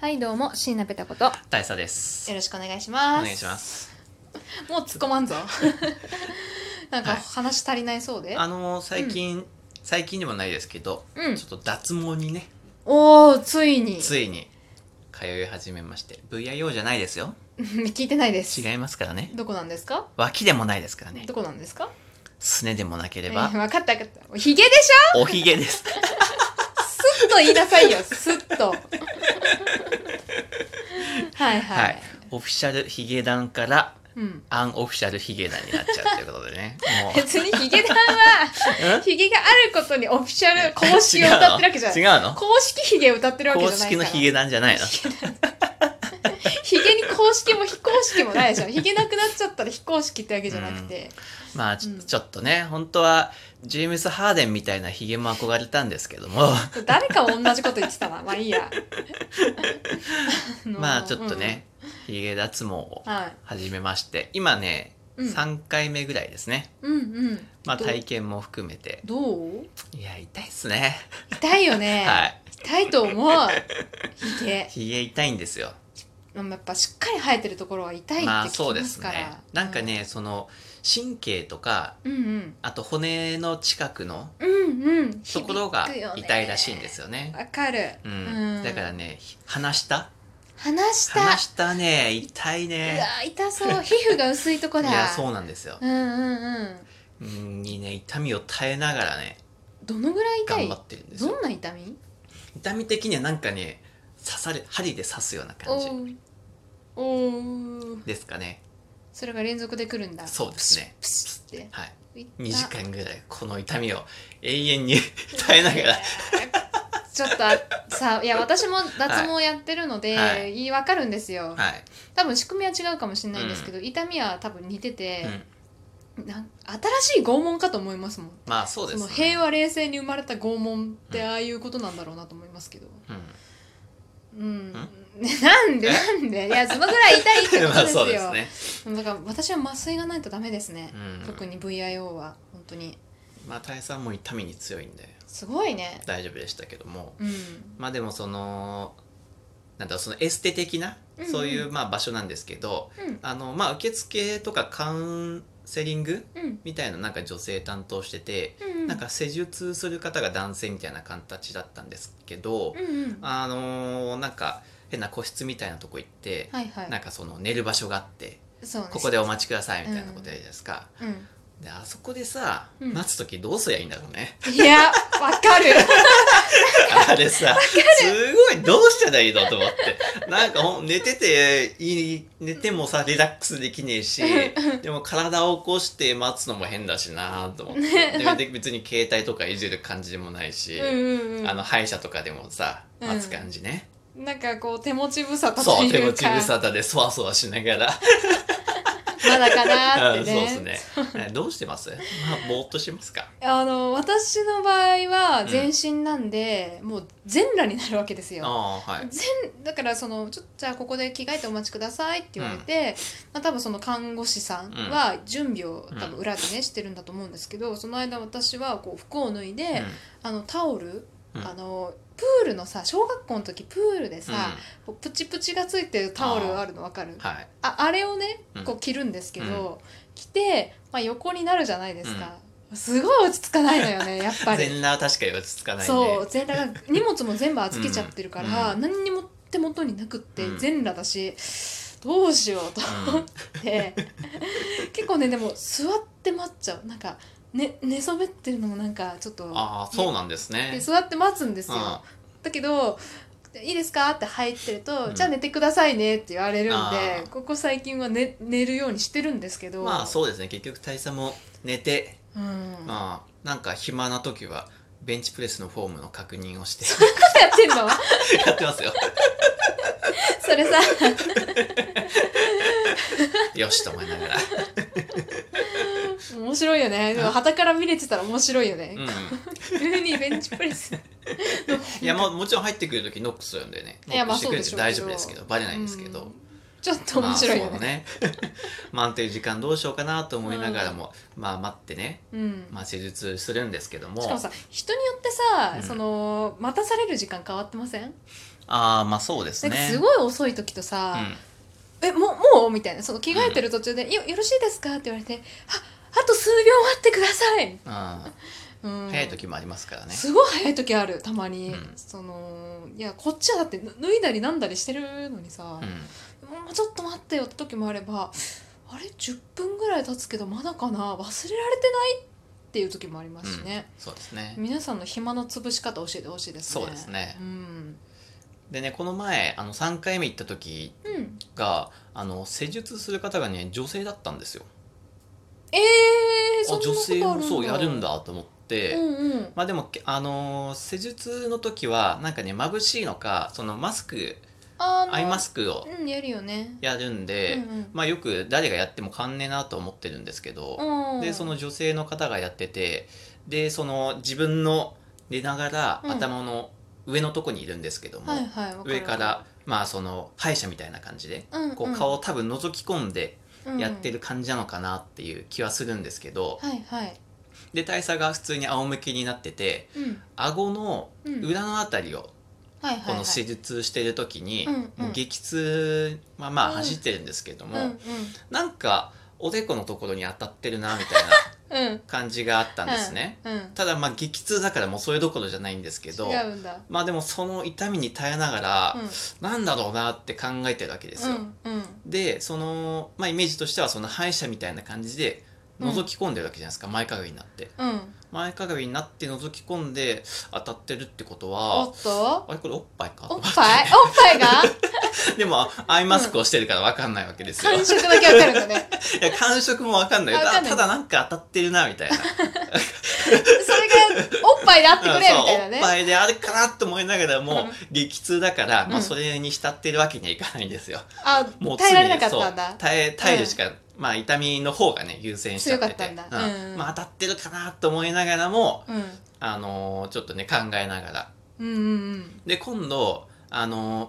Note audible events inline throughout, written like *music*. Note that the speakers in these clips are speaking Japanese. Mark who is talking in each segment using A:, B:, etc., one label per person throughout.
A: はいどうも椎名ペタことよ
B: 大佐です。
A: ろしくお願いし
B: お
A: ます
B: 願いします。
A: もう突っ込ま
B: *laughs*
A: んぞなんか
B: はい
A: 話足りないそうで、
B: あのー最近、最近でもないですけど、
A: うん
B: ちょっと脱毛にね、
A: おおついに
B: ついに通い始めまして、VIO じゃないですよ。
A: 聞いてないです
B: 違いますからね。
A: どこなんですか
B: 脇でもないですからね。
A: どこなんですか
B: すねでもなけれ
A: え
B: ば
A: ー、分かった分かったひげでし
B: *laughs* おひ
A: *laughs*
B: げです。
A: ょスッと言いなさい
B: *laughs*
A: よスッとはいはい、
B: はい。オフィシャルヒゲダンから、
A: うん、
B: アンオフィシャルヒゲダンになっちゃうということで
A: *laughs*
B: ね。もう。
A: 別にヒゲダンはヒゲがあることにオフィシャル公
B: *laughs*
A: 式を歌ってるわけじゃない
B: 違うの
A: 公式ヒゲを歌ってるわけ
B: 公
A: じゃないか
B: 式の
A: ら
B: ヒゲダンじゃないの。
A: ヒゲに公式も非公式もないでしょ。ヒゲなくなっちゃったら非公式ってわけじゃなくて。
B: まあちょ,、
A: うん
B: ちょっとね、本当は、ジェームス・ハーデンみたいなヒゲも憧れたんですけども。
A: 誰か同じこと言ってたな。まあいいや。の
B: まあちょっとね、ヒゲ脱毛を
A: うんはい。
B: 始めまして、今ね、
A: うん
B: 3回目ぐらいですね。
A: うんうん。
B: まあ
A: どう
B: 体験も含めて。
A: どう
B: いや、痛いっすね。
A: 痛いよね。
B: はい。
A: 痛いと思う。ヒゲ。
B: ヒゲ痛いんですよ。
A: でもやっぱしっかり生えてるところは痛いって
B: まあ
A: 聞
B: そう
A: き
B: で
A: ます
B: す
A: から。
B: ね。なんかね、その、神経とか、
A: うん。うん
B: あと骨の近くの
A: うん。うんうん。
B: ところが
A: 響くよね
B: 痛いらしいんですよね。
A: わかる。
B: うん
A: うん
B: だからね、ひ鼻下
A: 鼻下。
B: 鼻下ね、痛いうね。
A: わ、痛そう。皮膚が薄いとこ
B: い
A: だ。
B: や、そうなんですよ。
A: うんうんうん。
B: うん、にね、痛みを耐えながらね、
A: どのぐらい痛
B: 頑張
A: い
B: ってるんですよ。
A: どんな痛み
B: 痛み的にはなんかね刺され針で刺すような感じ
A: おうおう
B: ですかね
A: それが連続でくるんだ
B: そうですね
A: プスッって
B: はい
A: 痛
B: 2時間ぐらいこの痛みを永遠に耐えな
A: *laughs*
B: がら
A: ちょっとあさいや私も脱毛やってるので、
B: はいい
A: い、分かるんですよ、
B: はい、
A: 多分仕組みは違うかもしれないんですけど、痛みは多分似てて
B: う、ん、
A: なん新しい拷問かと思いますもん
B: まあそうで
A: その
B: す
A: 平和冷静に生まれた拷問って
B: うん
A: ああいうことなんだろうなと思いますけど
B: うん *laughs*
A: *laughs* うん、なんでなんでいやそのぐらい痛いってこ
B: *laughs* ま
A: と
B: あ
A: です
B: そ
A: よ
B: うですね、
A: だから私は麻酔がないとダメですね、
B: うん、
A: 特に VIO は本当に
B: まあ大佐も痛みに強いんです
A: ごいね
B: 大丈夫でしたけども
A: うん
B: まあでもそのなんだろうそのエステ的な
A: うんうん
B: そういうまあ場所なんですけど、
A: うん
B: あのまあ受付とかカウンセリング
A: うん
B: みたいななんか女性担当してて、
A: うん
B: なんか施術する方が男性みたいな形だったんですけど、
A: うんうん
B: あのーなんか変な個室みたいなとこ行って、
A: はいはい
B: なんかその寝る場所があって
A: そうね
B: ここでお待ちくださいみたいなことやるじゃないですか、
A: うん
B: であそこでさ、
A: うん
B: 待つ時どうすりゃいいんだろ
A: *laughs*
B: うね
A: いやわか
B: *laughs*
A: る
B: あれさすごいどうしたらいいのと思ってなんかほん寝てていい寝てもさリラックスできねえしでも体を起こして待つのも変だしなと思って、
A: ね
B: で別に携帯とかいじる感じでもないし、
A: うんうんうん
B: あの歯医者とかでもさ
A: うん
B: 待つ感じね、
A: なんかこう手持ち無沙汰と
B: そう手
A: い
B: 持
A: う
B: ち
A: か
B: 無沙汰でそわそわしながら、
A: まだかなー
B: う
A: っ
B: ん
A: て
B: そう
A: ね
B: ですね
A: *laughs*
B: えどうしてます、まあ、ぼーっとしてますか
A: あの私の場合は全身なんで、もう全裸になるわけですよ
B: ああはい
A: 全だからそのちょっとじゃあここで着替えてお待ちくださいって言われて、まあ、多分その看護師さんは準備を
B: うん
A: 多分裏でねしてるんだと思うんですけどその間私はこう服を脱いで、あのタオル、
B: うん
A: あのプールのさ小学校の時プールで
B: う
A: さ
B: ん、
A: こうプチプチがついてるタオルあるの分かる
B: うん、はい
A: ああれをね
B: うん
A: こう着るんですけど、着て、まあ、横になるじゃないですか、すごい落ち着かないのよねやっぱり
B: 全。裸は確かに落ち着かないね
A: そう全裸が荷物も全部預けちゃってるから、
B: うん
A: 何にも手元になくって、
B: うん
A: 全裸だしどうしようと
B: う
A: 思っ
B: ん
A: て、結構ねでも座って待っちゃうなんか、ね、寝そべってるのもなんかちょっと
B: ああそうなんです
A: で
B: ね
A: 座って待つんですよ
B: あ
A: だけど「いいですか?」って入ってると、
B: うん
A: じゃあ寝てくださいね」って言われるん
B: あ
A: で
B: ー
A: ここ最近は寝寝るようにしてるんですけど
B: まあそうですね結局大佐も寝て、
A: う、ん、
B: まあなんか暇な時はベンチプレスのフォームの確認をして *laughs*
A: 何 *laughs* やってんの
B: やって
A: *laughs*
B: ますよ
A: それさ
B: よしと思いながら、
A: 面白いよねでも旗から見れてたら面白いよね、
B: うん、
A: 急にベンチプレ
B: *laughs*
A: ス
B: いやもうもちろん入ってくる時ノックするんでね
A: い
B: ノ
A: や
B: ッ
A: ま
B: ク
A: あ
B: してくれて
A: そうで
B: 大
A: しょうけど
B: 丈夫ですけどバレないんですけ
A: う
B: ど
A: んちょっと面白いよ
B: まあ、そう
A: ね,、
B: ねまあ安定時間どうしようかなと思いながらも、まあ待ってね、
A: うん
B: まあ、施術するんですけども
A: しかもさ人によってさ、
B: うん
A: その待たされる時間変わってません
B: ああまあそうです
A: なんか
B: ね
A: すごい遅い時とさ
B: うん
A: 「えもうもう?」みたいなその着替えてる途中で「よよろしいですか?」って言われて「ああと数秒待ってください」
B: あ
A: うん
B: ー、早い時もありますからね
A: すごい早い時あるたまに、
B: うん
A: そのいやこっちはだってぬ脱いだりなんだりしてるのにさ
B: う、ん
A: もうちょっと待ってよって時もあればあれ10分ぐらい経つけどまだかな忘れられてないっていう時もありますしね、
B: そうですね
A: 皆さんの暇の潰し方教えてほしいですね
B: そうですね
A: うん、
B: でねこの前あの3回目行った時
A: うん、
B: があの施術する方がね女性だったんですよ
A: えー、そ
B: あ
A: んな
B: 女性
A: ことあ
B: も
A: るんだ
B: そうやるんだと思って、
A: うんうん
B: まあでもけあのー施術の時はなんかね眩しいのかそのマスク
A: あの
B: アイマスクを
A: うんやるよね
B: やるんで、
A: うん
B: まあよく誰がやっても変わんねえなと思ってるんですけど、
A: うんうん、
B: でその女性の方がやっててでその自分の寝ながら
A: うん
B: 頭の上のとこにいるんですけども、
A: はいはい、わる
B: 上からまあその歯医者みたいな感じでこう顔を多分覗き込んでやって
A: る、
B: る感じなのかなっていう気はするんですけど、
A: はいはい、
B: で大佐が普通に仰向けになってて
A: うん
B: 顎の
A: うん、
B: 裏のあたりを
A: はいはいはい、
B: この施術してる時に、
A: うんうん
B: もう激痛まあまあ
A: うん
B: 走ってるんですけども、
A: うん
B: なんかおでこのところに当たってるなみたいな
A: うんうん
B: 感じがあったんですね。
A: うん
B: ただまあ激痛だからもうそれどころじゃないんですけど
A: 違うんだ
B: まあでもその痛みに耐えながら、
A: うん
B: なんだろうなって考えてるわけですよ。
A: うんうん
B: でその、まあ、イメージとしてはその歯医者みたいな感じで覗き込んでるわけじゃないですか、前かがみになって
A: うん
B: 前かがみになって覗き込んで当たってるってこと
A: お
B: は
A: っと
B: あれこれおっぱいか
A: おっぱいおっぱいが
B: *laughs* でもアイマスクをしてるから分かんないわけですよ、
A: 感触だけわかるんだね
B: いや感触も分かんない
A: わかんない
B: ただなんか当たってるなみたいな
A: それがおっぱいであってくれ
B: う
A: み
B: ん
A: たい
B: そう
A: な
B: お
A: ね
B: っぱいであれかなと思いながら
A: う
B: も
A: ん
B: 激痛だから、
A: うん
B: まあ、それに浸ってるわけにはいかないんですよ
A: あ
B: もう
A: 耐えられ
B: 常
A: な
B: に
A: かったん
B: そう
A: だ
B: 耐え耐えるしか、まあ痛みの方がね優先しちゃってて
A: 強かったんだ
B: うん
A: うん
B: まあ当たってるかなと思いながらも
A: うん
B: あのーちょっとね考えながら
A: うんうん
B: で今度あのー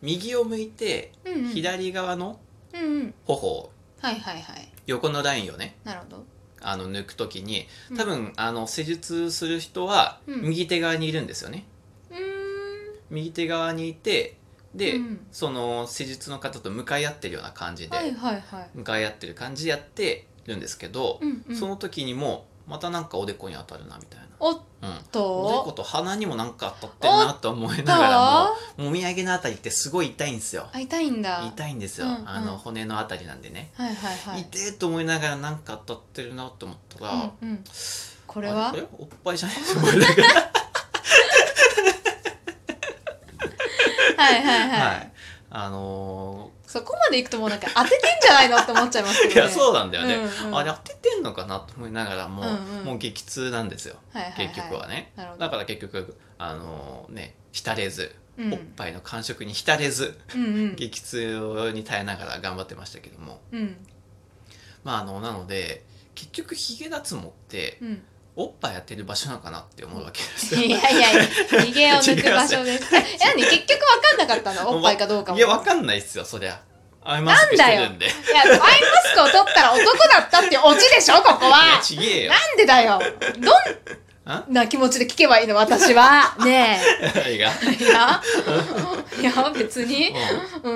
B: 右を向いて
A: うんうん
B: 左側の
A: うんうん
B: 頬
A: はいはいはい
B: 横のラインをね
A: なるほど
B: あの抜くときに
A: うん
B: 多分あの施術する人は
A: うん
B: 右手側にいるんですよね、
A: うー
B: 右手側にいてで、
A: んうん
B: その施術の方と向かい合ってるような感じで、
A: はいはいはい
B: 向かい合ってる感じでやってるんですけど、
A: うんうん
B: その時にもまたなんかおでこに当たるなみたい
A: おっ
B: な、うん、おで
A: と
B: こと鼻にもなんか当たってるなと思いながらももみあげのあたりってすごい痛いんですよ
A: あ痛いんだ
B: 痛いんですよ、
A: うんうん
B: あの骨のあたりなんでね、
A: はいはいはい
B: 痛えと思いながらなんか当たってるなと思ったら、
A: うんうんこ
B: こ
A: れは
B: おっぱいじゃないと思いながら
A: はいはいは
B: はいいあの
A: そこまで行くともうなんか当ててんじゃないのって思っちゃいますけど
B: ーい
A: ね。
B: やそうなんだよね、
A: うんうん
B: あれ当ててんのかなと思いながらもう,、
A: うんうん
B: もう激痛なんですよ
A: はいはいい
B: 結局はね、
A: なるほど。
B: だから結局あのーね浸れず、
A: うん
B: おっぱいの感触に浸れず
A: うんうん
B: 激痛に耐えながら頑張ってましたけども
A: うん
B: まああのなので結局ヒゲ脱毛って
A: うん。
B: おっぱいやってる場所なのかなって思うわけで
A: *laughs*
B: すよ
A: いやいや、逃げを抜く場所
B: *laughs*
A: です。え、何結局分かんなかったのおっぱいかどうかも。
B: いやわかんないっすよそりゃアイマスクしてるんでい
A: いやアイマスクを取ったら男だったっていうオチでしょ、ここ
B: や
A: は。
B: ちげえよ
A: なんでだよ。どんな気持ちで聞けばいいの、私は。ね
B: 何が
A: え。いや、いや、別
B: う
A: に
B: ん。
A: う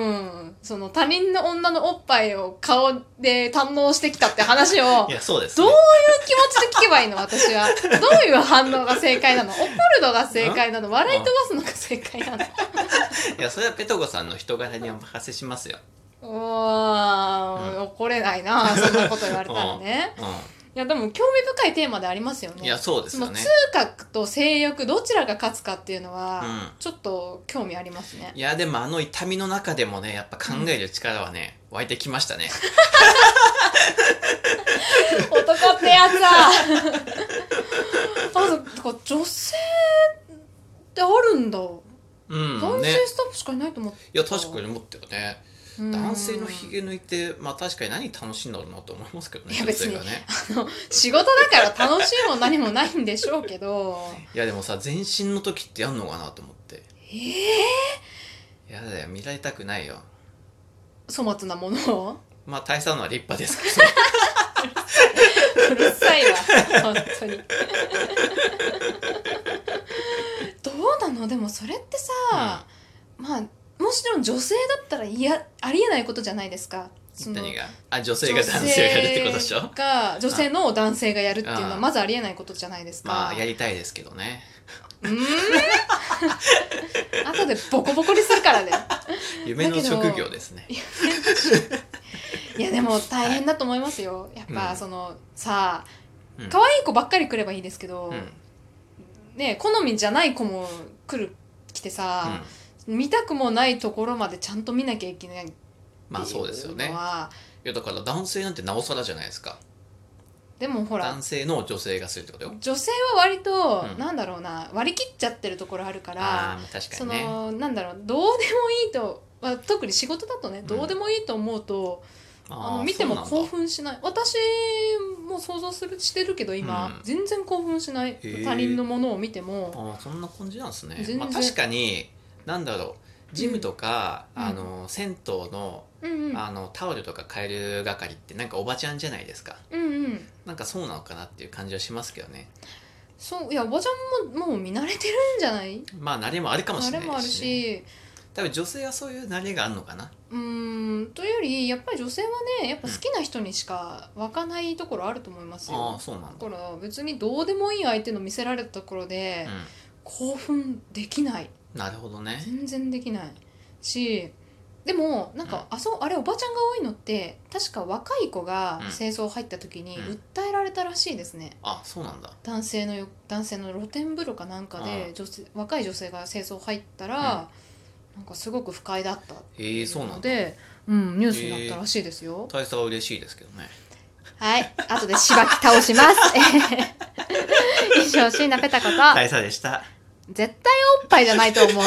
A: ん。その他人の女のおっぱいを顔で堪能してきたって話を
B: い。やそうです、
A: ど
B: ね
A: ういう、気持ちで聞けばいいの私は。どういう反応が正解なの怒るのが正解なの笑い飛ばすのが正解なの
B: いやそれはペトコさんの人柄にお任せしますよ、
A: おー、怒れないなそんなこと言われたらね。
B: う
A: いや、でも興味深いテーマでありますよ
B: ん、
A: ね。
B: いやそうですよね
A: その痛覚と性欲、どちらが勝つかっていうのは、
B: うん
A: ちょっと興味ありますね
B: い。やでもあの痛みの中でもねやっぱ考える力はね、湧いてきましたね
A: 男ってや *laughs* つはあと、こう女性ってあるんだ。
B: うん
A: 男
B: ね
A: 性スタッフしかいないと思って
B: いや確かに思ってるね
A: うん
B: 男性のひげ抜いてまあ確かに何楽しいんだろうなと思いますけどね
A: いや別に
B: 女性がね
A: 仕事だから楽しいも何もないんでしょうけど
B: いやでもさ全身の時ってやんのかなと思って
A: ええ
B: やだよ見られたくないよ
A: 粗末なものを
B: まあ大佐のは立派ですけど
A: うるさいわ本当にどうなのでもそれってさ、まあもちろん女性だったらいやありえないことじゃないですか *laughs* その
B: 何があ女性が男性がやるってことでし
A: 女
B: ょ
A: 性が女性の男性がやるっていうのは
B: あ
A: まずありえないことじゃないですか、
B: まあやりたいですけどね
A: うーん *laughs* 後でボコボコにするからね
B: 夢の
A: だけど
B: 職業ですね
A: いやでも大変だと思いますよやっ
B: う
A: ぱ
B: ん
A: その、さ
B: うん
A: あ可愛い子ばっかり来ればいいですけど、
B: うん、うん
A: ね好みじゃない子も来る来てさ、見たくもないところまでちゃんと見なきゃいけないっていうのは、
B: まあそうですよねいやだから男性なんてなおさらじゃないですか
A: でもほら
B: 男性の女性がするってことよ
A: 女性は割と、
B: うん
A: なんだろうな割り切っちゃってるところあるから
B: ああー確か
A: そ
B: にね
A: のなんだろうどうでもいいと、まあ、特に仕事だとね
B: ん
A: どうでもいいと思うと、あ
B: ー
A: の見ても
B: そう
A: 興
B: なんだ
A: 奮しない私も想像するしてるけど今、
B: うん
A: 全然興奮しない
B: ー
A: 他人のものを見ても
B: あーそんな感じなんですね
A: 全然
B: まあ確かになんだろうジムとか、
A: うん
B: あの銭湯の
A: うんうん
B: あのタオルとか買える係ってなんかおばちゃんじゃないですか
A: うんうん
B: なんかそうなのかなっていう感じはしますけどね
A: そういやおばちゃんももう見慣れてるんじゃない
B: まあ慣れもあるかもし
A: 慣
B: れ
A: れ
B: な
A: もあ
B: い
A: る
B: し、ね、
A: し
B: 多分女性はそういう慣れがあるのかな
A: うーんというよりやっぱり女性はねやっぱ好きな人にしか湧かないところあると思います
B: あ
A: よ
B: あそうなんだ、
A: だから別にどうでもいい相手の見せられたところで、
B: う
A: 興奮できない
B: ん、なるほどね
A: 全然できないしでもなんか、あそうあれおばちゃんが多いのって確か若い子が
B: うん
A: 清掃入った時に
B: うん
A: 訴えられたらしいですね、
B: あそうなんだ
A: 男性のよ男性の露天風呂かなんか
B: う
A: で女性若い女性が清掃入ったら、なんかすごく不快だったって
B: え
A: い
B: えそう
A: う
B: な
A: の
B: んだ
A: で、うん、ニュースになったらしいですよ、
B: 大差は嬉しいですけどね
A: はい後でしばき倒します *laughs* 以上椎名ペタこと、
B: 大差でした
A: 絶対おっぱいじゃないと思う